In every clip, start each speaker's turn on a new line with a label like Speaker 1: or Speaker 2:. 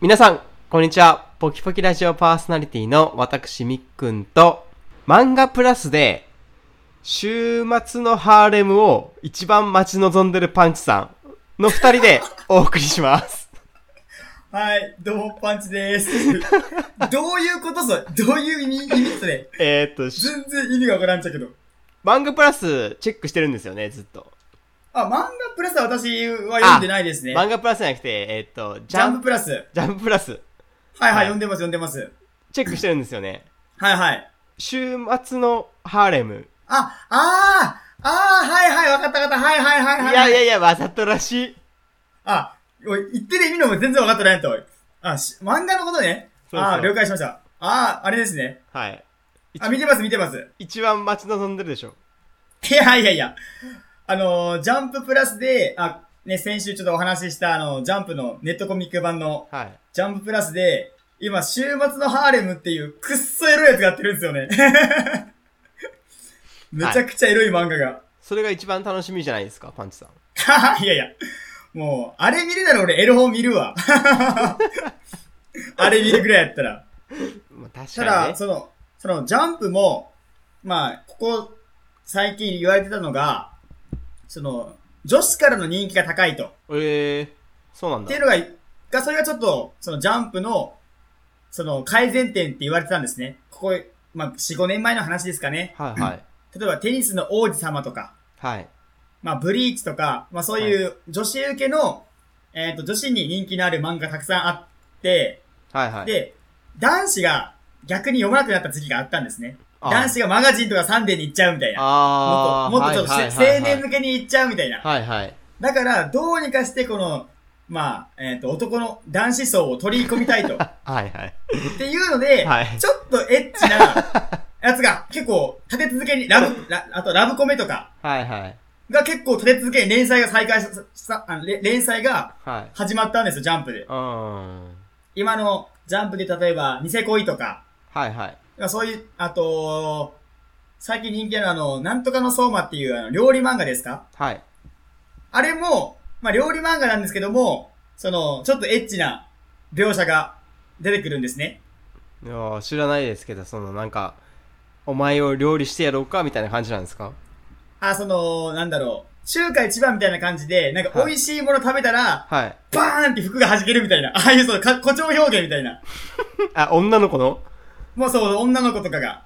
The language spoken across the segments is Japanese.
Speaker 1: 皆さん、こんにちは。ポキポキラジオパーソナリティの私、みっくんと、漫画プラスで、週末のハーレムを一番待ち望んでるパンチさんの二人で お送りします。
Speaker 2: はい、どうも、パンチです。 どういうことそれどういう意味、意味それ
Speaker 1: えーっと、し
Speaker 2: 全然意味がわからんちゃけど。
Speaker 1: 漫画プラスチェックしてるんですよね、ずっと。
Speaker 2: あ、漫画プラスは私は読んでないですね。
Speaker 1: 漫画プラスじゃなくて、えーっと、ジ
Speaker 2: ジャ
Speaker 1: ャ
Speaker 2: ンプ
Speaker 1: ンプ、
Speaker 2: プラス。はい
Speaker 1: ジャンププラス、
Speaker 2: は
Speaker 1: はい
Speaker 2: い、読んでます、読んでます。
Speaker 1: チェックしてるんですよね。
Speaker 2: はいはい。
Speaker 1: 週末のハーレム。
Speaker 2: あ、あー、あー、はいはい、わかったわかった。はいはいはい
Speaker 1: い
Speaker 2: はい。
Speaker 1: やいや
Speaker 2: や。
Speaker 1: いや、わざとらしい。
Speaker 2: あ、おい言ってる意味のも全然わかってないと。おいあ、し漫画のことね。
Speaker 1: そうそう
Speaker 2: あー、了解しました。あー、あれですね。
Speaker 1: はい。
Speaker 2: あ、見てます、見てます。
Speaker 1: 一番待ち望んでるでしょ。
Speaker 2: いやいやいや。あのー、ジャンププラスで、あ、ね、先週ちょっとお話しした、あの、ジャンプのネットコミック版の
Speaker 1: はい。
Speaker 2: ジャンププラスで、今、週末のハーレムっていうくっそエロいやつがやってるんですよね。めちゃくちゃエロい漫画が。
Speaker 1: それが一番楽しみじゃないですか、パンチさん。
Speaker 2: い、やいや。もう、あれ見れたら俺エロ本見るわ。 あれ見るぐらいやったら。
Speaker 1: まあ、確か
Speaker 2: た
Speaker 1: に
Speaker 2: だ、
Speaker 1: ね。
Speaker 2: その、その、ジャンプも、まあ、ここ、最近言われてたのが、その、女子からの人気が高いと。
Speaker 1: えー、そうなん
Speaker 2: っ
Speaker 1: だ
Speaker 2: てい。うのが、が、それがちょっと、そのジャンプの、その改善点って言われてたんですね。ここ、まあ、4、5年前の話ですかね。
Speaker 1: はいはい。
Speaker 2: 例えばテニスの王子様とか、
Speaker 1: はい。
Speaker 2: まあ、ブリーチとか、まあ、そういう女子受けの、えっ、と、女子に人気のある漫画がたくさんあって、
Speaker 1: はいはい。
Speaker 2: で、男子が逆に読まなくなった時期があったんですね。
Speaker 1: あー
Speaker 2: 男子がマガジンとかサンデーに行っちゃうみたいな。も
Speaker 1: あ
Speaker 2: っ
Speaker 1: ー
Speaker 2: と、もっとちょっと、
Speaker 1: はいはいはい
Speaker 2: 青年向けに行っちゃうみたいな。
Speaker 1: はいはい。
Speaker 2: だから、どうにかしてこの、まあ、えっ、と、男の男子層を取り込み たいと。
Speaker 1: はいはい。
Speaker 2: っていうので、
Speaker 1: はい
Speaker 2: ちょっとエッチ なやつが結構立て続けに、ラブ、ラあとラブコメとか
Speaker 1: はいはい。
Speaker 2: が結構立て続けに連載が再開しさあのれ連載が
Speaker 1: はい。
Speaker 2: 始まったんですよ、ジャンプで。
Speaker 1: うーん。
Speaker 2: 今のジャンプで例えば、ニセ恋とか、
Speaker 1: はいはい。
Speaker 2: そういう、あと、最近人気なのはあの、なんとかの相馬っていうあの料理漫画ですか
Speaker 1: はい。
Speaker 2: あれも、まあ料理漫画なんですけども、その、ちょっとエッチな描写が出てくるんですね。
Speaker 1: いやー知らないですけど、そのなんか、お前を料理してやろうかみたいな感じなんですか
Speaker 2: あ、その、なんだろう。中華一番みたいな感じで、なんか美味しいもの食べたら、
Speaker 1: はい。
Speaker 2: バーンって服が弾けるみたいな。 ああいうそのか誇張表現みたいな。
Speaker 1: あ、女の子の
Speaker 2: もうそう、女の子とかが。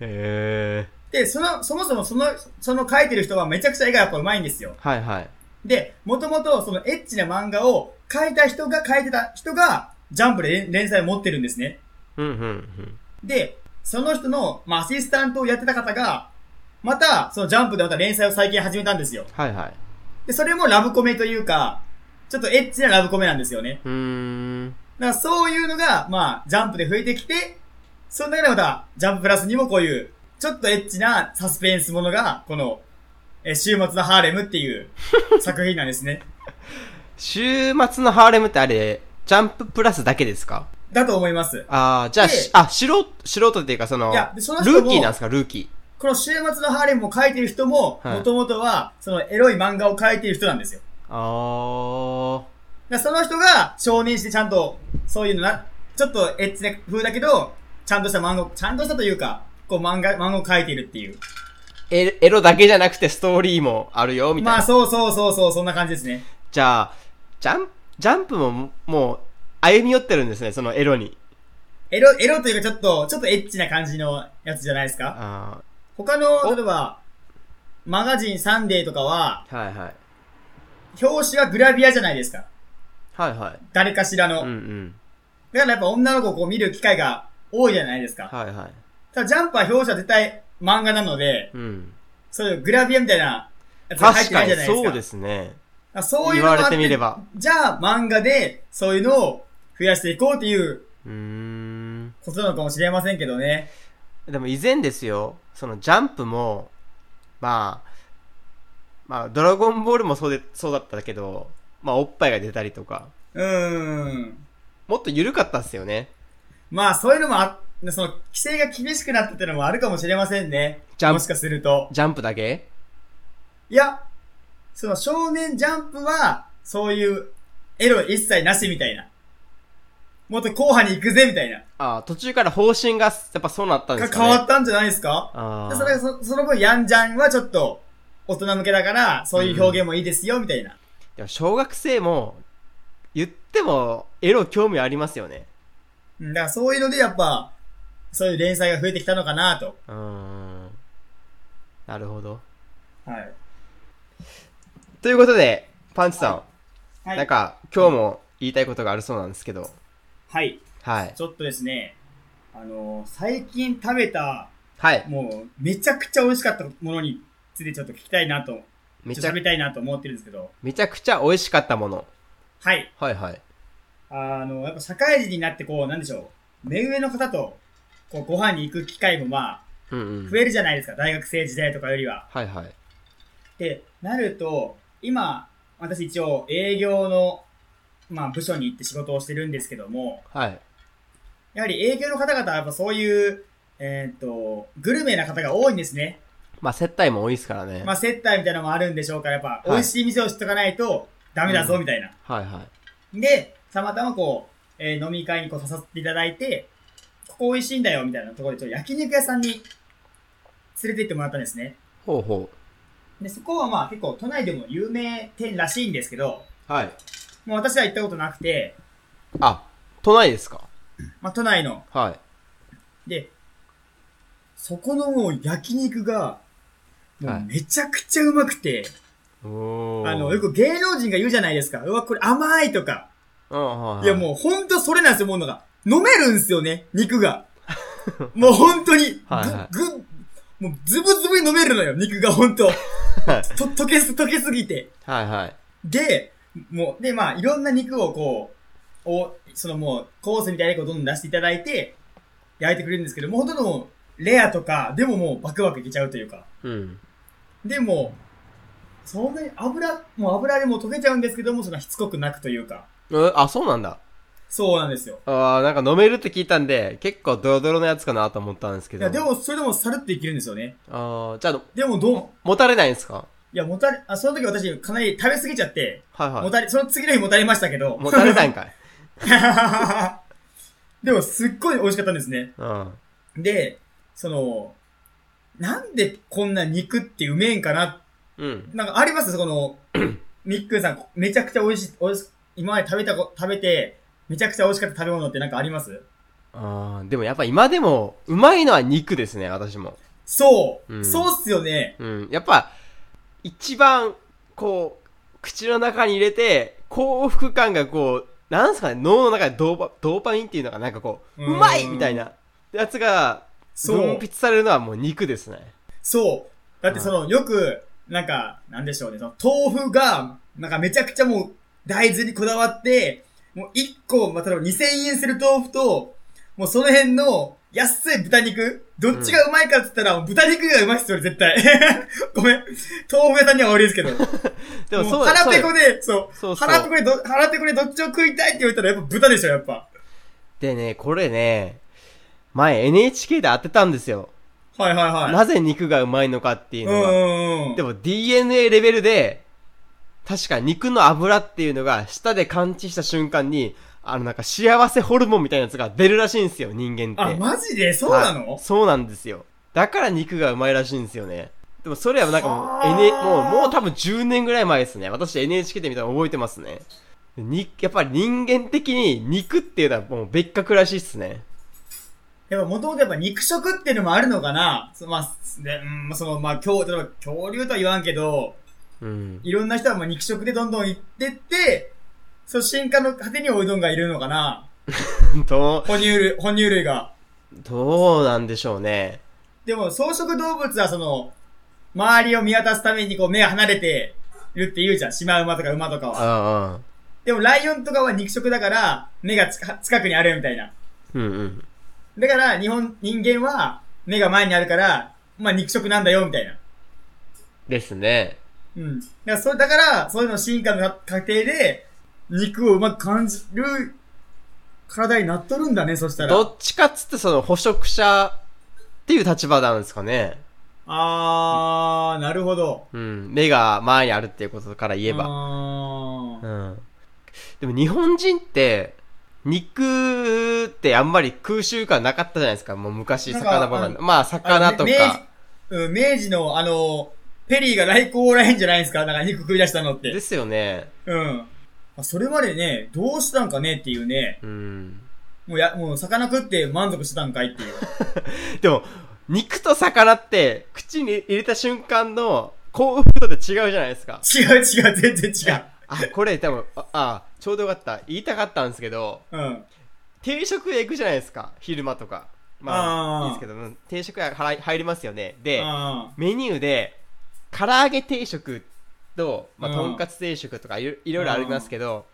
Speaker 1: へえ。
Speaker 2: で、その、そもそもその、その書いてる人はめちゃくちゃ絵がやっぱ上手いんですよ。
Speaker 1: はいはい。
Speaker 2: で、もともとそのエッチな漫画を書いた人が書いてた人が、ジャンプで連連載を持ってるんですね。
Speaker 1: うんうんうん。
Speaker 2: で、その人の、まあ、アシスタントをやってた方が、また、そのジャンプでまた連載を最近始めたんですよ。
Speaker 1: はいはい。
Speaker 2: で、それもラブコメというか、ちょっとエッチなラブコメなんですよね。
Speaker 1: うーん。
Speaker 2: だからそういうのが、まあ、ジャンプで増えてきて、その中でまた、ジャンププラスにもこういう、ちょっとエッチなサスペンスものが、この、えー週末のハーレムっていう作品なんですね。
Speaker 1: 週末のハーレムってあれ、ジャンププラスだけですか
Speaker 2: だと思います。
Speaker 1: ああ、じゃあ、
Speaker 2: で
Speaker 1: しあ、素人、素人っていうかその、
Speaker 2: いやでその人も
Speaker 1: ルーキーなんですか、ルーキ
Speaker 2: この週末のハーレムを書いてる人も、
Speaker 1: はい
Speaker 2: もともとは、そのエロい漫画を書いてる人なんですよ。
Speaker 1: ー。あ
Speaker 2: だからその人が承認してちゃんと、そういうのな、ちょっとエッチな風だけど、ちゃんとした漫画を、ちゃんとしたというか、こう漫画、漫画を書いているっていう。
Speaker 1: ー。エエロだけじゃなくてストーリーもあるよ、みたいな。
Speaker 2: まあそうそうそうそう、そんな感じですね。
Speaker 1: じゃあ、ジャン、ジャンプも、もう、歩み寄ってるんですね、そのエロに。
Speaker 2: エロ、エロというかちょっと、ちょっとエッチな感じのやつじゃないですか
Speaker 1: あ
Speaker 2: 他
Speaker 1: お
Speaker 2: の、例えば、マガジンサンデーとかは、
Speaker 1: あ、はいはい。
Speaker 2: 表紙はグラビアじゃないですか。
Speaker 1: はいはい。
Speaker 2: 誰かしらの。
Speaker 1: うんうん。
Speaker 2: だからやっぱ女の子をこう見る機会が多いじゃないですか。
Speaker 1: はいはい。
Speaker 2: ただジャンプは表紙は絶対漫画なので、
Speaker 1: うん。
Speaker 2: そういうグラビアみたいなやつが入
Speaker 1: 確
Speaker 2: ってな
Speaker 1: か
Speaker 2: い
Speaker 1: に
Speaker 2: じゃないですか。
Speaker 1: そうですね。
Speaker 2: あそういうのもあっ
Speaker 1: 言われてみれば。
Speaker 2: じゃあ漫画でそういうのを増やしていこうっていう
Speaker 1: うーん。
Speaker 2: ことなのかもしれませんけどね。
Speaker 1: でも以前ですよ、そのジャンプも、まあ、まあ、ドラゴンボールもそうで、そうだったけど、まあ、おっぱいが出たりとか、
Speaker 2: うーん。
Speaker 1: もっと緩かったっすよね。
Speaker 2: まあ、そういうのもあ、その、規制が厳しくなったっていうのもあるかもしれませんね。
Speaker 1: ジャンプ
Speaker 2: もしかすると。
Speaker 1: ジャンプだけ
Speaker 2: いや、その、少年ジャンプは、そういう、エロ一切なしみたいな。もっと後半に行くぜ、みたいな。
Speaker 1: ああ、途中から方針が、やっぱそうなったんで
Speaker 2: が
Speaker 1: すか
Speaker 2: 変
Speaker 1: ね。
Speaker 2: わったんじゃないですか
Speaker 1: あ
Speaker 2: で
Speaker 1: あ
Speaker 2: それそその分、ヤンジャンはちょっと、大人向けだから、そういう表現もいいですよ、みたいな。
Speaker 1: でも小学生も、言っても、エロ興味ありますよね。
Speaker 2: うん、だからそういうので、やっぱ、そういう連載が増えてきたのかなと。
Speaker 1: うーん。なるほど。
Speaker 2: はい。
Speaker 1: ということで、パンチさん、
Speaker 2: はい。
Speaker 1: なんか、今日も言いたいことがあるそうなんですけど、
Speaker 2: はい。
Speaker 1: はい。
Speaker 2: ちょっとですね、あのー最近食べた、
Speaker 1: はい。
Speaker 2: もう、めちゃくちゃ美味しかったものについてちょっと聞きたいなと、
Speaker 1: め
Speaker 2: ちょ
Speaker 1: ち
Speaker 2: っと
Speaker 1: ゃ
Speaker 2: 喋、りたいなと思ってるんですけど、
Speaker 1: めちゃくちゃ美味しかったもの。
Speaker 2: はい。
Speaker 1: はいはい。
Speaker 2: あの、やっぱ社会人になってこう、なんでしょう、目上の方と、こう、ご飯に行く機会もま
Speaker 1: うんう
Speaker 2: あ、
Speaker 1: ん
Speaker 2: 増。えるじゃないですか、大学生時代とかよりは。
Speaker 1: はいはい。
Speaker 2: で、なると、今、私一応営業の、まあ、部署に行って仕事をしてるんですけども、
Speaker 1: はい。
Speaker 2: やはり営業の方々はやっぱそういう、えーっ、と、グルメな方が多いんですね。
Speaker 1: まあ、接待も多いですからね。
Speaker 2: まあ、接待みたいなのもあるんでしょうから、やっぱ、
Speaker 1: い
Speaker 2: 美味しい店を知っとかないと、ダメだぞ、
Speaker 1: うん
Speaker 2: みたいな。
Speaker 1: はいはい。
Speaker 2: で、たまたまこう、えー飲み会にこう誘っていただいて、ここ美味しいんだよ、みたいなところで、ちょっと焼肉屋さんに連れて行ってもらったんですね。
Speaker 1: ほうほ
Speaker 2: で、そこはまあ結構都内でも有名店らしいんですけど、
Speaker 1: う。はい。
Speaker 2: もう私は行ったことなくて、
Speaker 1: あ、都内ですか
Speaker 2: まあ都内の、
Speaker 1: はい。
Speaker 2: で、そこのもう焼肉が、も
Speaker 1: はいう
Speaker 2: めちゃくちゃうまくて、
Speaker 1: お
Speaker 2: あの、よ、く芸能人が言うじゃないですか。うわ、これ甘いとか。
Speaker 1: うん、はいはい。
Speaker 2: いやもうほんとそれなんですよ、もうのが。飲めるんですよね、肉が。もうほんとに、
Speaker 1: はいはい
Speaker 2: ぐ、ぐ、もうズブズブに飲めるのよ、肉がほんと。と、溶けす、溶けすぎて。
Speaker 1: はいはい。
Speaker 2: で、もう、で、まあ、いろんな肉をこう、お、そのもう、コースみたいな肉をどんどん出していただいて、焼いてくれるんですけど、もうほとんどもうレアとか、でももうバクバクいけちゃうというか。
Speaker 1: うん。
Speaker 2: でも、そんなに油、もう油でもう溶けちゃうんですけども、そんなしつこくなくというか。
Speaker 1: うんあ、そうなんだ。
Speaker 2: そうなんですよ。
Speaker 1: ああ、なんか飲めるって聞いたんで、結構ドロドロのやつかなと思ったんですけ
Speaker 2: い
Speaker 1: ど。
Speaker 2: や、でも、それでもさるっていけるんですよね。
Speaker 1: ああ、じゃあ、
Speaker 2: でも、どう、
Speaker 1: 持たれないんですか
Speaker 2: いや、もたれ、あ、その時私、かなり食べ過ぎちゃって、
Speaker 1: はいは
Speaker 2: も
Speaker 1: い。
Speaker 2: たれ、その次の日もたれましたけど。
Speaker 1: 持たれないん かい。
Speaker 2: でも、すっごい美味しかったんですね。
Speaker 1: うん。
Speaker 2: で、その、なんでこんな肉ってうめえんかな
Speaker 1: うん。
Speaker 2: なんかありますこ の、みっくんさん、めちゃくちゃ美味しい、美味し今まで食べたこ、食べて、めちゃくちゃ美味しかった食べ物ってなんかあります
Speaker 1: ああ、でもやっぱ今でも、うまいのは肉ですね、私も。
Speaker 2: そう、
Speaker 1: うん
Speaker 2: そうっすよね。
Speaker 1: うん。やっぱ、一番、こう、口の中に入れて、幸福感がこう、なんすかね、脳の中でドーパドーパミンっていうのがなんかこう、
Speaker 2: う
Speaker 1: うんまいみたいな、やつが、
Speaker 2: そ
Speaker 1: 分
Speaker 2: う
Speaker 1: 泌、されるのはもう肉ですね。
Speaker 2: そう。だってその、よく、なんか、なんでしょうね、その、豆腐が、なんかめちゃくちゃもう、大豆にこだわって、もう1個、まあ、例えば2000円する豆腐と、もうその辺の安い豚肉どっちがうまいかって言ったら、豚肉がうまいっすよ、絶対。 ごめん。豆腐屋さんには悪いですけど。
Speaker 1: でも
Speaker 2: も
Speaker 1: そうう
Speaker 2: 腹ペ
Speaker 1: そう
Speaker 2: コで、そう。
Speaker 1: そうそう
Speaker 2: 腹ペコでど、腹ペコでどっちを食いたいって言われたらやっぱ豚でしょ、やっぱ。
Speaker 1: でね、これね、前 NHK で当てたんですよ。
Speaker 2: はいはいはい。
Speaker 1: なぜ肉がうまいのかっていう
Speaker 2: う
Speaker 1: のが。
Speaker 2: んうんうん。
Speaker 1: でも DNA レベルで、確か肉の油っていうのが舌で感知した瞬間に、あのなんか幸せホルモンみたいなやつが出るらしいんですよ、人間って。
Speaker 2: あ、マジでそうな
Speaker 1: はい
Speaker 2: の
Speaker 1: そうなんですよ。だから肉がうまいらしいんですよね。でもそれはなんかも
Speaker 2: は
Speaker 1: う、
Speaker 2: あ
Speaker 1: N、もう、もう多分10年ぐらい前ですね。私 NHK で見たの覚えてますね。に、やっぱり人間的に肉っていうのはもう別格らしいっすね。
Speaker 2: やっぱもともとやっぱ肉食っていうのもあるのかなそまあ、ね、うん、その、まあ、恐、例えば恐竜とは言わんけど、
Speaker 1: うん。
Speaker 2: いろんな人はまあ肉食でどんどん行ってって、そう、進化の果てにおうどんがいるのかな
Speaker 1: ど
Speaker 2: 哺乳類、哺乳類が。
Speaker 1: う、どうなんでしょうね。
Speaker 2: でも、草食動物はその、周りを見渡すためにこう目が離れてるって言うじゃん。シマウマとか馬とか
Speaker 1: う
Speaker 2: は。
Speaker 1: んうん。
Speaker 2: でも、ライオンとかは肉食だから、目がつか近くにあるみたいな。
Speaker 1: うんうん。
Speaker 2: だから、日本、人間は、目が前にあるから、まあ肉食なんだよ、みたいな。
Speaker 1: ですね。
Speaker 2: うん。だから、それ、だから、そういうの進化の過程で、肉をうまく感じる体になっとるんだね、そしたら。
Speaker 1: どっちかっつってその捕食者っていう立場なんですかね。
Speaker 2: あー、なるほど。
Speaker 1: うん。目が前にあるっていうことから言えば。
Speaker 2: あ
Speaker 1: うん。でも日本人って、肉ってあんまり空襲感なかったじゃないですか。もう昔、
Speaker 2: なんか
Speaker 1: 魚ばかり
Speaker 2: あ
Speaker 1: まあ、魚とか。
Speaker 2: あのね明治、うん、明治のあの、ペリーが来航らへんじゃないですか。なんか肉食い出したのっ
Speaker 1: で
Speaker 2: て。
Speaker 1: すよね。
Speaker 2: うん。あそれまでね、どうしたんかねっていうね。
Speaker 1: うん。
Speaker 2: もうや、もう魚食って満足してたんかいっていう。
Speaker 1: でも、肉と魚って、口に入れた瞬間の幸福度って違うじゃないですか。
Speaker 2: 違う違う、全然違う。
Speaker 1: あ、これ多分、あ、あちょうどよかった。言いたかったんですけど、
Speaker 2: うん。
Speaker 1: 定食へ行くじゃないですか。昼間とか。ま
Speaker 2: あ
Speaker 1: あ、い
Speaker 2: ー
Speaker 1: いですけど、うん定食屋入入りますよね。で、
Speaker 2: あ
Speaker 1: メニューで、唐揚げ定食と、まあ、
Speaker 2: うん
Speaker 1: とんかつ定食とかいろいろいろありますけど、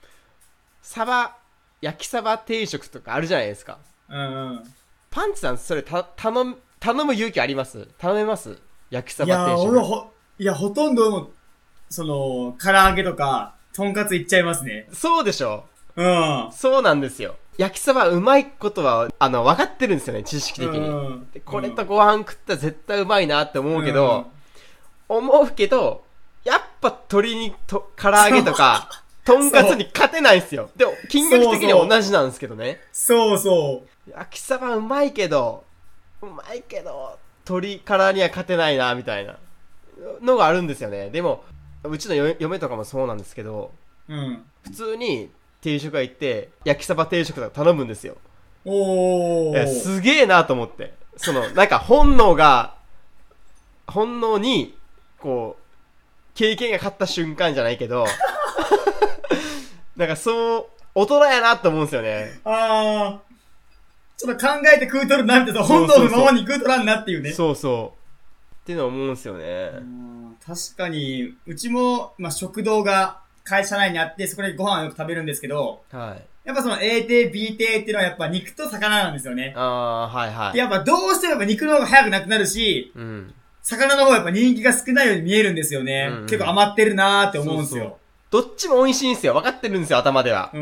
Speaker 1: サバ、焼きサバ定食とかあるじゃないですか。
Speaker 2: あ。うんうん。
Speaker 1: パンチさん、それた、頼む、頼む勇気あります頼めます焼きサ
Speaker 2: いや
Speaker 1: バ定
Speaker 2: ー、
Speaker 1: 食。
Speaker 2: 俺ほ、いや、ほとんどもう、その、唐揚げとか、とんかついっちゃいますね。
Speaker 1: そうでしょ
Speaker 2: うん。うん。
Speaker 1: そうなんですよ。焼きそばうまいことは、あの、分かってるんですよね、知識的に。でこれとご飯食ったら絶対うまいなって思うけど、思うけど、やっぱ鶏にと、唐揚げとか、とんかつに勝てないんですよ。でも、金額的には同じなんですけどね。
Speaker 2: そうそう。
Speaker 1: 焼きそばうまいけど、うまいけど、鶏からには勝てないな、みたいなのがあるんですよね。でも、うちの嫁嫁とかもそうなんですけど、
Speaker 2: うん。
Speaker 1: 普通に定食屋行って、焼きそば定食とか頼むんですよ。
Speaker 2: お
Speaker 1: いや
Speaker 2: ー。
Speaker 1: すげえなと思って。その、なんか本能が、本能に、こう、経験が勝った瞬間じゃないけど、なんかそう、大人やなと思うんですよね。
Speaker 2: あー。ちょっと考えて食うとるなってと、本能のままに食うとらんなっていうね。
Speaker 1: そうそう。っていうのは思うんですよね
Speaker 2: う。ん確かに、うちも、まあ、食堂が会社内にあって、そこでご飯をよく食べるんですけど、
Speaker 1: はい。
Speaker 2: やっぱその A 亭、B 亭っていうのはやっぱ肉と魚なんですよね。
Speaker 1: あー、はいは
Speaker 2: で
Speaker 1: い。
Speaker 2: やっぱどうしてもやっぱ肉の方が早くなくなるし、
Speaker 1: うん。
Speaker 2: 魚の方がやっぱ人気が少ないように見えるんですよね。
Speaker 1: うんうん
Speaker 2: 結構余ってるなーって思うんですよ。
Speaker 1: どっちも美味しいんですよ。分かってるんですよ、頭では。
Speaker 2: う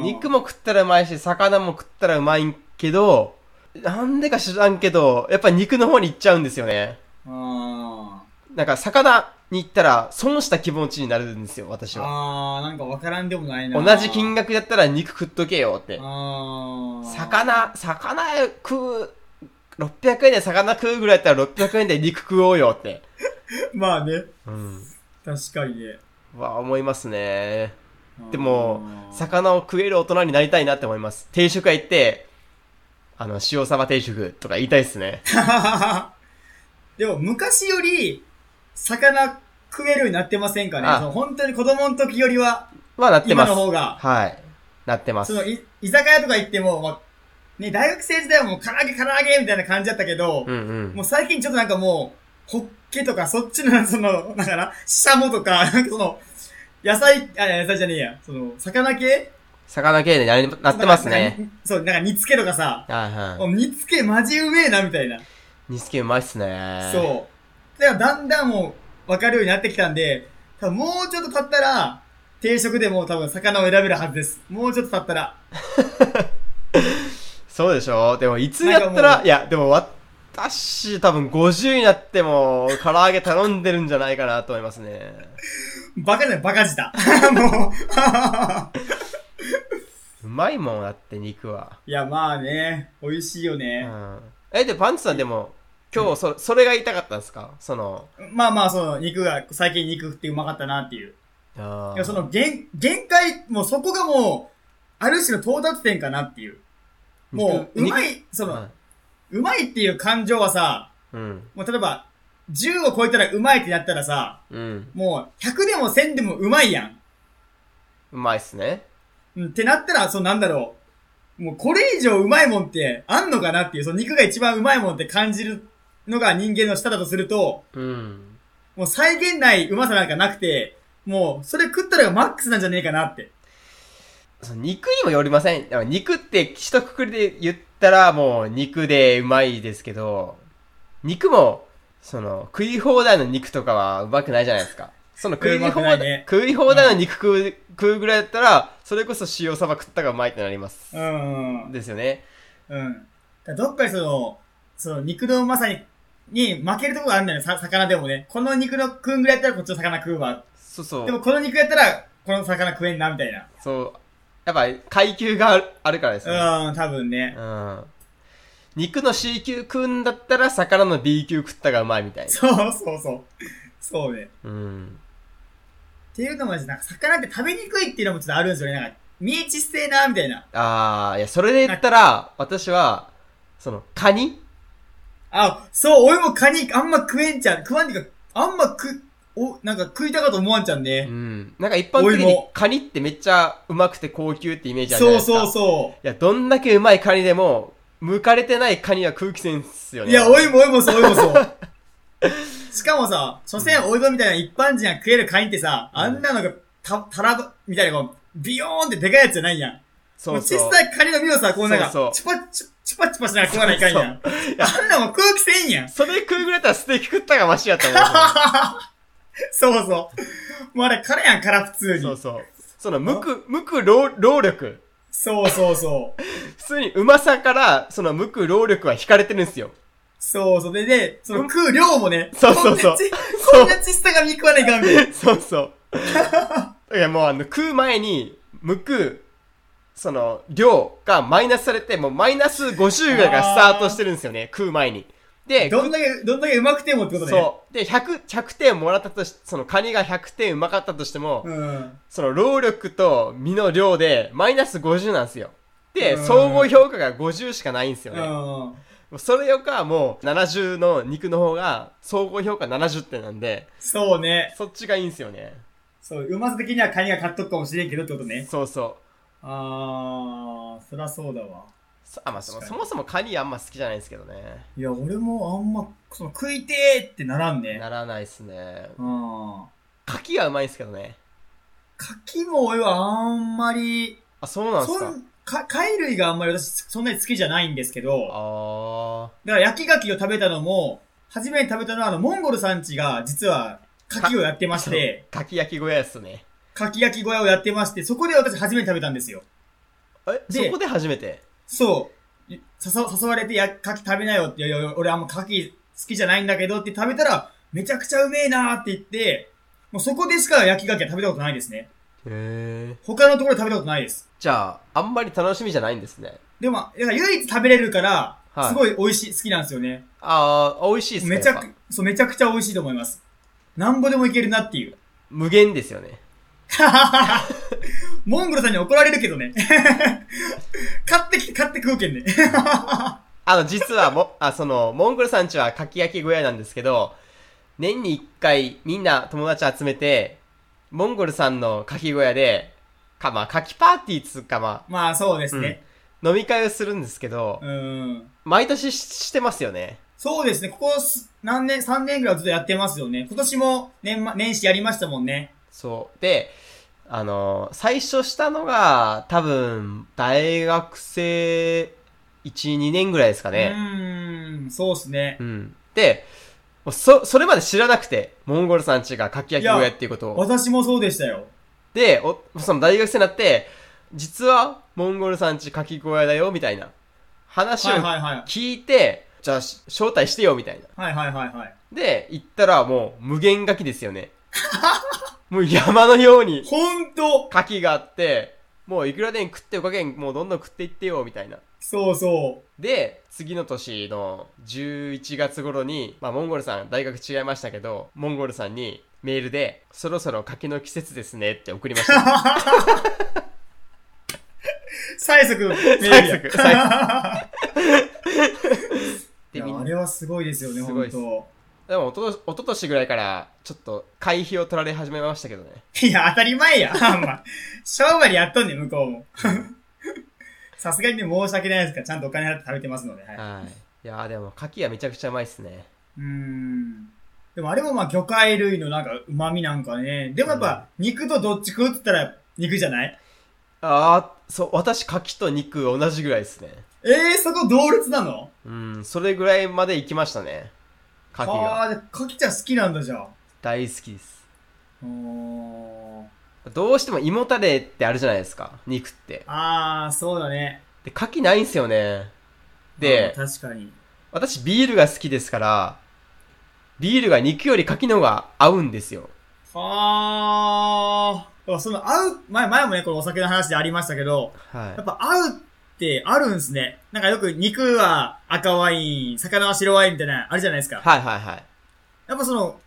Speaker 2: ん。
Speaker 1: 肉も食ったらうまいし、魚も食ったらうまいけど、なんでか知らんけど、やっぱ肉の方に行っちゃうんですよね。
Speaker 2: あー
Speaker 1: なんか魚に行ったら損した気持ちになるんですよ、私は。
Speaker 2: あー、なんかわからんでもないな
Speaker 1: 同じ金
Speaker 2: 額
Speaker 1: 額だったら肉食っとけよって。
Speaker 2: あー。
Speaker 1: 魚、魚食う、600円で魚食うぐらいだったら600円で肉食おうよって。
Speaker 2: まあね、
Speaker 1: うん。
Speaker 2: 確かにね。
Speaker 1: は思いますね。
Speaker 2: あー
Speaker 1: でも、魚を食える大人になりたいなって思います。定食屋行って、あの、塩サバ定食とか言いたいっすね。
Speaker 2: でも昔より、魚食えるようになってませんかね
Speaker 1: あ
Speaker 2: その本当に子供の時よりは、
Speaker 1: はなって
Speaker 2: 今
Speaker 1: ます。
Speaker 2: の方が。
Speaker 1: はい。なってます
Speaker 2: そ。のい、居酒屋とか行っても、まあ、ね、大学生時代はもう唐揚げ唐揚げみたいな感じだったけど、
Speaker 1: うんうん
Speaker 2: も。う最近ちょっとなんかもう、ホッケとかそっちの、 その、だから、シャモとか、なんかその、野菜、あ、野菜じゃねえや、その、魚系
Speaker 1: 魚系でなりなってます
Speaker 2: なんか
Speaker 1: ね。
Speaker 2: なんかそう、なんか煮付けとかさ、
Speaker 1: はいはい。
Speaker 2: もう煮付けマジうめえな、みたいな。
Speaker 1: 煮付けうまいっすね。
Speaker 2: そう。だからだんだんもう、わかるようになってきたんで、多分もうちょっと経ったら、定食でも多分魚を選べるはずです。もうちょっと経ったら。
Speaker 1: そうでしょでも、いつやった
Speaker 2: なんか
Speaker 1: ら、
Speaker 2: もう
Speaker 1: いや、でも、私、多分50になっても、唐揚げ頼んでるんじゃないかなと思いますね。
Speaker 2: バカじゃない、バカ舌。 もう。
Speaker 1: うまいもんだって、肉は。
Speaker 2: いや、まあね、美味しいよ
Speaker 1: う
Speaker 2: ね。
Speaker 1: ん。え、で、パンツさんでも、今日、そ、それが言いたかったんですかその、
Speaker 2: まあまあ、その、肉が、最近肉食ってうまかったなっていう。
Speaker 1: あ
Speaker 2: いや、そ
Speaker 1: ー
Speaker 2: の、限、限界、もうそこがもう、ある種の到達点かなっていう。もう、う
Speaker 1: 肉
Speaker 2: ま
Speaker 1: 肉
Speaker 2: い、その、
Speaker 1: は
Speaker 2: うまいっていう感情はさ、
Speaker 1: うん。
Speaker 2: もう例えば、10を超えたらうまいってなったらさ、
Speaker 1: うん。
Speaker 2: もう、100でも1000でもうまいやん。
Speaker 1: うまいっすね。
Speaker 2: うん、ってなったら、そのなんだろう。もうこれ以上うまいもんってあんのかなっていう、その肉が一番うまいもんって感じるのが人間の舌だとすると、
Speaker 1: うん。
Speaker 2: もう再現ないうまさなんかなくて、もうそれ食ったらがマックスなんじゃねえかなって。
Speaker 1: その肉にもよりません。でも肉って、一括りで言ったら、もう、肉でうまいですけど、肉も、その、食い放題の肉とかはうまくないじゃないですか。その食い
Speaker 2: うんうまく
Speaker 1: 放
Speaker 2: ない
Speaker 1: 題、
Speaker 2: ね
Speaker 1: 食い放題の肉食う,、食うぐらいだったら、それこそ塩サバ食ったがうまいってなります
Speaker 2: う。ん。
Speaker 1: ですよね。
Speaker 2: うん。だからどっかにその、その肉のうまさに、に負けるとこがあるんだよ、さ、魚でもね。この肉の食うんぐらいやったらこっちの魚食うわ。
Speaker 1: そうそ
Speaker 2: でも
Speaker 1: う。
Speaker 2: この肉やったら、この魚食えんな、みたいな。
Speaker 1: そう。やっぱ階級があるあるからですね。
Speaker 2: うん、多分ね。
Speaker 1: うん。肉の C 級食うんだったら、魚の B 級食ったがうまいみたいな。
Speaker 2: そうそうそう。そうね。
Speaker 1: うん。
Speaker 2: っていうのも、なんか魚って食べにくいっていうのもちょっとあるんですよね。なんか、身内性な、みたいな。
Speaker 1: あー、いや、それで言ったら、私は、その、カニ
Speaker 2: あ、そう、俺もカニあんま食えんちゃん。食わんっていうか、あんま食、お、なんか食いたかと思わんちゃん
Speaker 1: う
Speaker 2: ね。
Speaker 1: ん。なんか一般的
Speaker 2: おい
Speaker 1: に
Speaker 2: も
Speaker 1: カニってめっちゃうまくて高級ってイメージあるじゃな
Speaker 2: そ
Speaker 1: いうですか。
Speaker 2: そうそ
Speaker 1: いや、どんだけうまいカニでも、向かれてないカニは空気せんっすよ
Speaker 2: う。
Speaker 1: ね。
Speaker 2: いや、おいもおいもそう、おいも そう。しかもさ、所詮おいもみたいな一般人が食えるカニってさ、あんなのが、た、たらぶ、みたいなこう、ビヨーンってでかいやつじゃないやん。
Speaker 1: そうそう。
Speaker 2: もう小さいカニの身をさ、こうなんか、
Speaker 1: そうそう
Speaker 2: チュパチュ、チュパチュパしながら食わないかんやん。あんなもん空気せんやん。
Speaker 1: それ食うぐらいだったらステーキ食ったがマシやと思う。
Speaker 2: そうそう。もうあれ、殻やん、殻普通に。
Speaker 1: そうそう。その、無く、無く労労力。
Speaker 2: そうそうそう。
Speaker 1: 普通にうまさから、その無く労力は引かれてるんですよ。
Speaker 2: そうそう。で、で、その食う量もね、
Speaker 1: そうそうそう
Speaker 2: こんなち、こんな小さが見食わないかん べ。
Speaker 1: そうそう。だからもうあの、食う前に、むく、その、量がマイナスされて、もうマイナス50ぐらいからスタートしてるんですよね、食う前に。で、
Speaker 2: どんだけ、どんだけうまくてもってことね。
Speaker 1: そう。で、100、100点もらったとし、そのカニが100点うまかったとしても、
Speaker 2: うん。
Speaker 1: その労力と身の量で、マイナス50なんですよ。で、
Speaker 2: うん
Speaker 1: 総合評価が50しかないんですよ
Speaker 2: う
Speaker 1: ね。
Speaker 2: ん。
Speaker 1: もうそれよりかはもう70の肉の方が総合評価70点なんで、
Speaker 2: そうね。
Speaker 1: そっちがいいんですよね。
Speaker 2: そう、うまさ的にはカニが買っとくかもしれんけどってことね。
Speaker 1: そうそう。
Speaker 2: あー、そらそうだわ。
Speaker 1: そあまあ、そも
Speaker 2: 確
Speaker 1: そ
Speaker 2: かに
Speaker 1: もそもカニあんま好きじゃないんですけどね。
Speaker 2: いや、俺もあんま、その食いてーってならんね。
Speaker 1: ならないっすね。
Speaker 2: うん。
Speaker 1: 牡蠣はうまいんですけどね。
Speaker 2: 柿も俺はあんまり、
Speaker 1: あ、そうなんす
Speaker 2: そ
Speaker 1: か。
Speaker 2: ん、か、貝類があんまり私そんなに好きじゃないんですけど、
Speaker 1: あ
Speaker 2: だから焼き牡蠣を食べたのも、初めに食べたのはあの、モンゴルさんちが実は牡蠣をやってまし
Speaker 1: ー。
Speaker 2: て、
Speaker 1: そう、牡蠣焼き小屋っすね。
Speaker 2: 牡蠣焼き小屋をやってまして、そこで私初めて食べたんですよ。
Speaker 1: え、そ
Speaker 2: で
Speaker 1: こで初めて
Speaker 2: そう。い誘誘われてや、牡蠣食べなよって、いやいや俺あんま牡蠣好きじゃないんだけどって食べたら、めちゃくちゃうめえなーって言って、もうそこでしか焼き牡蠣は食べたことないですね。
Speaker 1: へえ。
Speaker 2: 他のところで食べたことないです。
Speaker 1: じゃあ、あんまり楽しみじゃないんですね。
Speaker 2: でも、だから唯一食べれるから、
Speaker 1: はい
Speaker 2: すごい美味しい、好きなんですよね。
Speaker 1: ああ、美味しいっすね。
Speaker 2: めちゃ
Speaker 1: やっぱ
Speaker 2: く、そう、めちゃくちゃ美味しいと思います。なんぼでもいけるなっ ていう。
Speaker 1: 無限ですよね。
Speaker 2: モンゴルさんに怒られるけどね。 買ってきて、買って食うけんね。
Speaker 1: あの、実はも、あ、その、モンゴルさんちはかき焼き小屋なんですけど、年に一回みんな友達集めて、モンゴルさんのかき小屋で、か、まあ、かきパーティーつうか、ま
Speaker 2: まあ、そうですね。
Speaker 1: あ、飲み会をするんですけど、
Speaker 2: うん。
Speaker 1: 毎年ししてますよね。
Speaker 2: そうですね。ここす、何年、3年ぐらいはずっとやってますよね。今年も年末、年始やりましたもんね。
Speaker 1: そう。で、あの、最初したのが、多分、大学生、1、2年ぐらいですか
Speaker 2: う
Speaker 1: ね。
Speaker 2: ーん、そうですね
Speaker 1: う。ん。で、もうそ、それまで知らなくて、モンゴルさんちがかき焼き小屋っていうことを。
Speaker 2: 私もそうでしたよ。
Speaker 1: で、お、その大学生になって、実はモンゴルさんちかき小屋だよ、みたいな話を
Speaker 2: はいはいはい。
Speaker 1: 聞いて、じゃあし招待してよ、みたいな。
Speaker 2: はいはいはいはい。
Speaker 1: で、行ったらもう無限ガキですよね。 もう山のように
Speaker 2: ほんと
Speaker 1: カキがあって、もういくらでん食っておかげん、もうどんどん食っていってよ、みたいな。
Speaker 2: そうそ
Speaker 1: で、次の年の11月頃に、まあ、モンゴルさん、大学違いましたけど、モンゴルさんにメールで、そろそろ柿の季節ですねって送りました。
Speaker 2: う。最速のメールや。
Speaker 1: 最速最
Speaker 2: い
Speaker 1: で、みん
Speaker 2: や、
Speaker 1: な
Speaker 2: あれはすごいですよね、
Speaker 1: す
Speaker 2: ほ
Speaker 1: ごいで
Speaker 2: ん
Speaker 1: す
Speaker 2: と。
Speaker 1: でも、おとと、おととしぐらいから、ちょっと、会費を取られ始めましたけどね。
Speaker 2: いや、当たり前や。 あんま。商売でやっとんねん、向こうも。 さすがにね、申し訳ないですから、ちゃんとお金払って食べてますので。はい、う
Speaker 1: はい。いやーでも、牡蠣はめちゃくちゃうまいっすね。
Speaker 2: ーん。でもあれもまあ、魚介類のなんか、旨味なんかね。でもやっぱ、肉とどっち食うって言ったら、肉じゃない
Speaker 1: ああ、そう、私、牡蠣と肉同じぐらいっすね。
Speaker 2: ええー、そこ同列なの
Speaker 1: うん、それぐらいまで行きましたね。牡蠣
Speaker 2: あ
Speaker 1: が。
Speaker 2: あー、で牡蠣ちゃん好きなんだじゃあ。
Speaker 1: 大好きです。
Speaker 2: うーん
Speaker 1: どうしても胃もたれってあるじゃないですか。肉って。
Speaker 2: あー、そうだね。
Speaker 1: で、牡蠣ないんすよね。で
Speaker 2: あー、確かに。
Speaker 1: 私ビールが好きですから、ビールが肉より牡蠣の方が合うんですよ。
Speaker 2: はあ。からその合う、前、前もね、このお酒の話でありましたけど、や
Speaker 1: は
Speaker 2: っぱ合うってあるんですね。なんかよく肉は赤ワイン、魚は白ワインみたいな、あるじゃないです
Speaker 1: い。
Speaker 2: か。
Speaker 1: はいはいはい。
Speaker 2: やっぱその、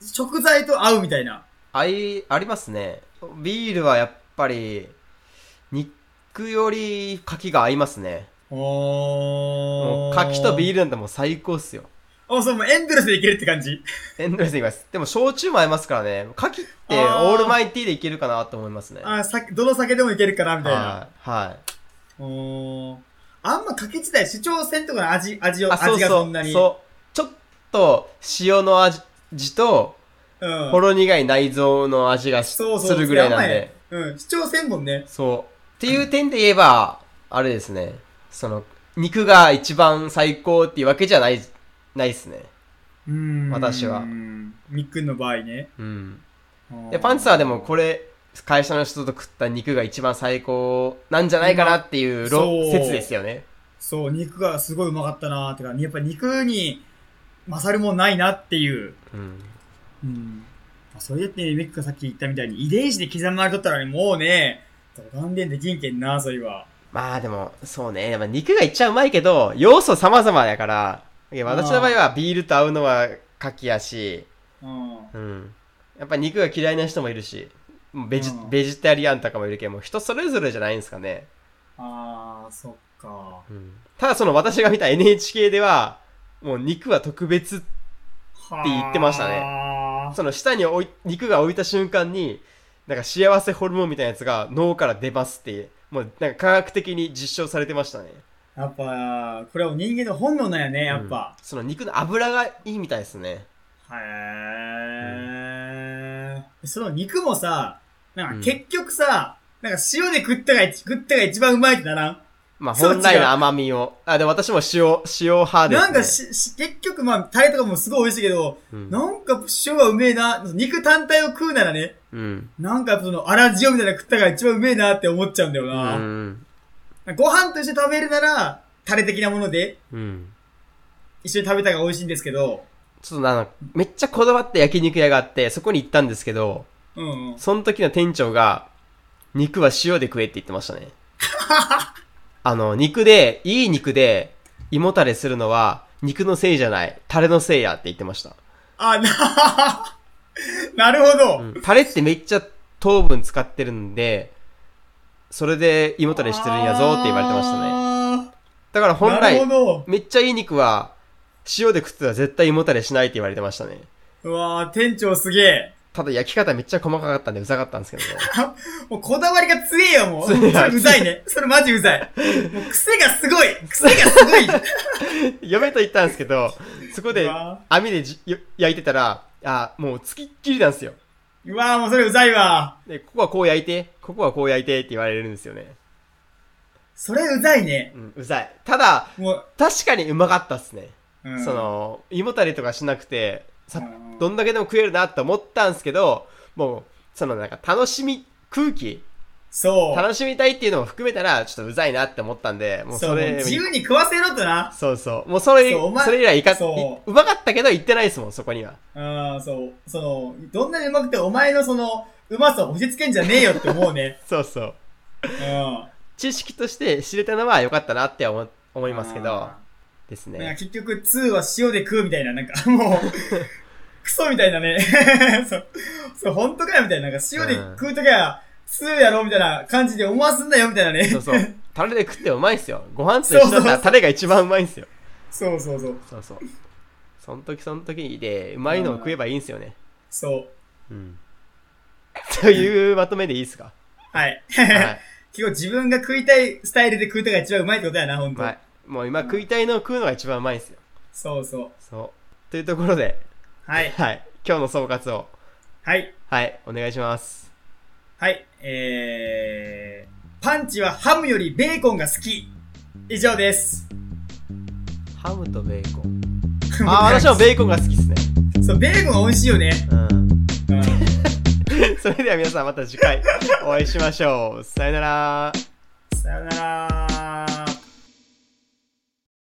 Speaker 2: 食材と合うみたいな。
Speaker 1: あい、ありますね。ビールはやっぱり、肉より牡蠣が合いますね。も
Speaker 2: お
Speaker 1: う牡蠣とビー
Speaker 2: ル。
Speaker 1: ルなんてもう最高っすよ。
Speaker 2: おそう、もうエンドレスでいけるって感じ。
Speaker 1: エンドレスでいきます。でも焼酎も合いますからね。牡蠣ってオ
Speaker 2: あー
Speaker 1: ールマイティーでいけるかなと思いますね。
Speaker 2: あ、さどの酒でもいけるかな、みたいな。
Speaker 1: はい。はい。
Speaker 2: おーあんまかけ自体主張せんとかの味、味を、
Speaker 1: あ、そう
Speaker 2: 味が
Speaker 1: そ
Speaker 2: そ
Speaker 1: うん
Speaker 2: なに。
Speaker 1: そう。ちょっと塩の味と、
Speaker 2: う。ん。
Speaker 1: ほろ苦い内臓の味がし
Speaker 2: そうそ
Speaker 1: す
Speaker 2: う。
Speaker 1: るぐらいなんで。
Speaker 2: それ甘いね。うん。主張せんもんね。
Speaker 1: そう。っていう点で言えば、あれですね。その、肉が一番最高っていうわけじゃない、ないですね。
Speaker 2: うん
Speaker 1: 私は
Speaker 2: みっくんの場合ね。
Speaker 1: うん。で、パンツ
Speaker 2: は
Speaker 1: はでもこれ、会社の人と食った肉が一番最高なんじゃないかなっていう論、
Speaker 2: そう
Speaker 1: 説ですよね。
Speaker 2: そう、肉がすごいうまかったなーってか、やっぱ肉に勝るもんないなっていう。
Speaker 1: うん。
Speaker 2: うん。それでって、ミックがさっき言ったみたいに遺伝子で刻まれとったらね、もうね、断念できんけんな、それは。
Speaker 1: まあでも、そうね。やっぱ肉がいっちゃうまいけど、要素様々やから、いや私の場合はビールと合うのは牡蠣やし、
Speaker 2: うん。
Speaker 1: うん。やっぱ肉が嫌いな人もいるし、もうベジ、
Speaker 2: うん
Speaker 1: ベジタリアンとかもいるけど、もう人それぞれじゃないんですかね。
Speaker 2: あー、そっか。
Speaker 1: うん。ただその私が見た NHK では、もう肉は特別、
Speaker 2: は
Speaker 1: って言ってましたね
Speaker 2: ね。
Speaker 1: その舌に置い肉が置いた瞬間に、なんか幸せホルモンみたいなやつが脳から出ますって、もうなんか科学的に実証されてましたね。
Speaker 2: やっぱ、これは人間の本能なんやね、やっぱ。
Speaker 1: うんその肉の脂がいいみたいですね。
Speaker 2: へー。その肉もさ、な
Speaker 1: うんん
Speaker 2: か結局さ、なんか塩で食ったが、食ったが一番うまいってならん
Speaker 1: まあ、
Speaker 2: そう
Speaker 1: 本来の甘みを。あ、で、私も塩、塩派です、ね。
Speaker 2: なんかし、し結局まあ、タレとかもすごい美味しいけど、
Speaker 1: うん
Speaker 2: なんか塩はうめえな。肉単体を食うならね、
Speaker 1: うん。
Speaker 2: なんかその粗塩みたいなの食ったが一番うめえなって思っちゃうんだよ
Speaker 1: う
Speaker 2: な。
Speaker 1: ん。
Speaker 2: ご飯と一緒に食べるなら、タレ的なもので
Speaker 1: うん。
Speaker 2: 一緒に食べたが美味しいんですけど、
Speaker 1: ちょっとあの、めっちゃこだわった焼肉屋があって、そこに行ったんですけど、
Speaker 2: うんうん。
Speaker 1: その時の店長が、肉は塩で食えって言ってま したね。あの、肉で、いい肉で、胃もたれするのは、肉のせいじゃない、タレのせいやって言ってました。
Speaker 2: あ、 な、なるほど。
Speaker 1: うん、タレってめっちゃ糖分使ってるんで、それで胃もたれしてるんやぞって言われてましたね。
Speaker 2: ね。
Speaker 1: だから本
Speaker 2: なる
Speaker 1: 来
Speaker 2: ほ、ど。
Speaker 1: めっちゃいい肉は、塩で食ってたら絶対胃もたれしないって言われてましたね。
Speaker 2: うわー店長すげえ。
Speaker 1: ただ焼き方めっちゃ細かかったんでうざかったんですけどね。
Speaker 2: もうこだわりが強えよ、もう。そ
Speaker 1: 強い
Speaker 2: れうざいね。それマジうざい。もう癖がすごい。癖がすごい。
Speaker 1: 嫁と言ったんですけ ど、そこ
Speaker 2: う
Speaker 1: で
Speaker 2: わ
Speaker 1: 網でじよ焼いてたら、あ、もうつきっきりなんですよ。
Speaker 2: うわーもうそれうざいわ。
Speaker 1: で、ここはこう焼いて、ここはこう焼いてって言われるんですよね。
Speaker 2: それうざいね。
Speaker 1: うん、うざい。ただ、
Speaker 2: もう、
Speaker 1: 確かにうまかったっすね。
Speaker 2: うん
Speaker 1: そ、の、胃もたれとかしなくて、さ
Speaker 2: うん
Speaker 1: どんだけでも食えるなと思ったんですけど、もう、そのなんか楽しみ、空気
Speaker 2: そう。
Speaker 1: 楽しみたいっていうのも含めたら、ちょっとうざいなって思ったんで、もうそ
Speaker 2: そ、
Speaker 1: う
Speaker 2: もう
Speaker 1: れ、
Speaker 2: 自由に食わせろとな。
Speaker 1: そうそう。もうそれ、
Speaker 2: そうお
Speaker 1: そ
Speaker 2: 前
Speaker 1: れ以来いか、
Speaker 2: そう
Speaker 1: うまかったけど行ってないですもん、そこには。
Speaker 2: うん、そう。その、どんなにうまくてお前のその、うまさを押し付けんじゃねえよって思うね。
Speaker 1: そうそう。
Speaker 2: うん。
Speaker 1: 知識として知れたのは良かったなって思、思いますけど
Speaker 2: あ、
Speaker 1: です
Speaker 2: ー。なん
Speaker 1: ね
Speaker 2: か。結局、2は塩で食うみたいな、なんか、 もう、クソみたいなね。 そう。そう、本当かよみたいな。なんか塩で食うときは、2やろみたいな感じで思わすんだよみたいなね。
Speaker 1: そう そう。タレで食ってもうまいんすよ。ご飯と一緒だったらタレが一番うまいんすよ。
Speaker 2: そうそうそう。
Speaker 1: そうそう。その時その時で、うまいのを食えばいいんすよね。
Speaker 2: そう。
Speaker 1: うん。というまとめでいいっすか
Speaker 2: はい。
Speaker 1: はい。
Speaker 2: 結構自分が食いたいスタイルで食うときが一番うまいってことやな、本当、
Speaker 1: はい。もう今食いたいのを食うのが一番うまいんすよ。
Speaker 2: そうそう。
Speaker 1: そう。というところで、
Speaker 2: はい。
Speaker 1: はい。今日の総括を、
Speaker 2: はい。
Speaker 1: はい、お願いします。
Speaker 2: はい。えー、パンチはハムよりベーコンが好き。以上です。
Speaker 1: ハムとベーコン。あ、私もベーコンが好きですね。
Speaker 2: そう、ベーコン美味しいよね。
Speaker 1: うん。
Speaker 2: うん。
Speaker 1: それでは皆さんまた次回お会いしましょう。さよなら。
Speaker 2: さよなら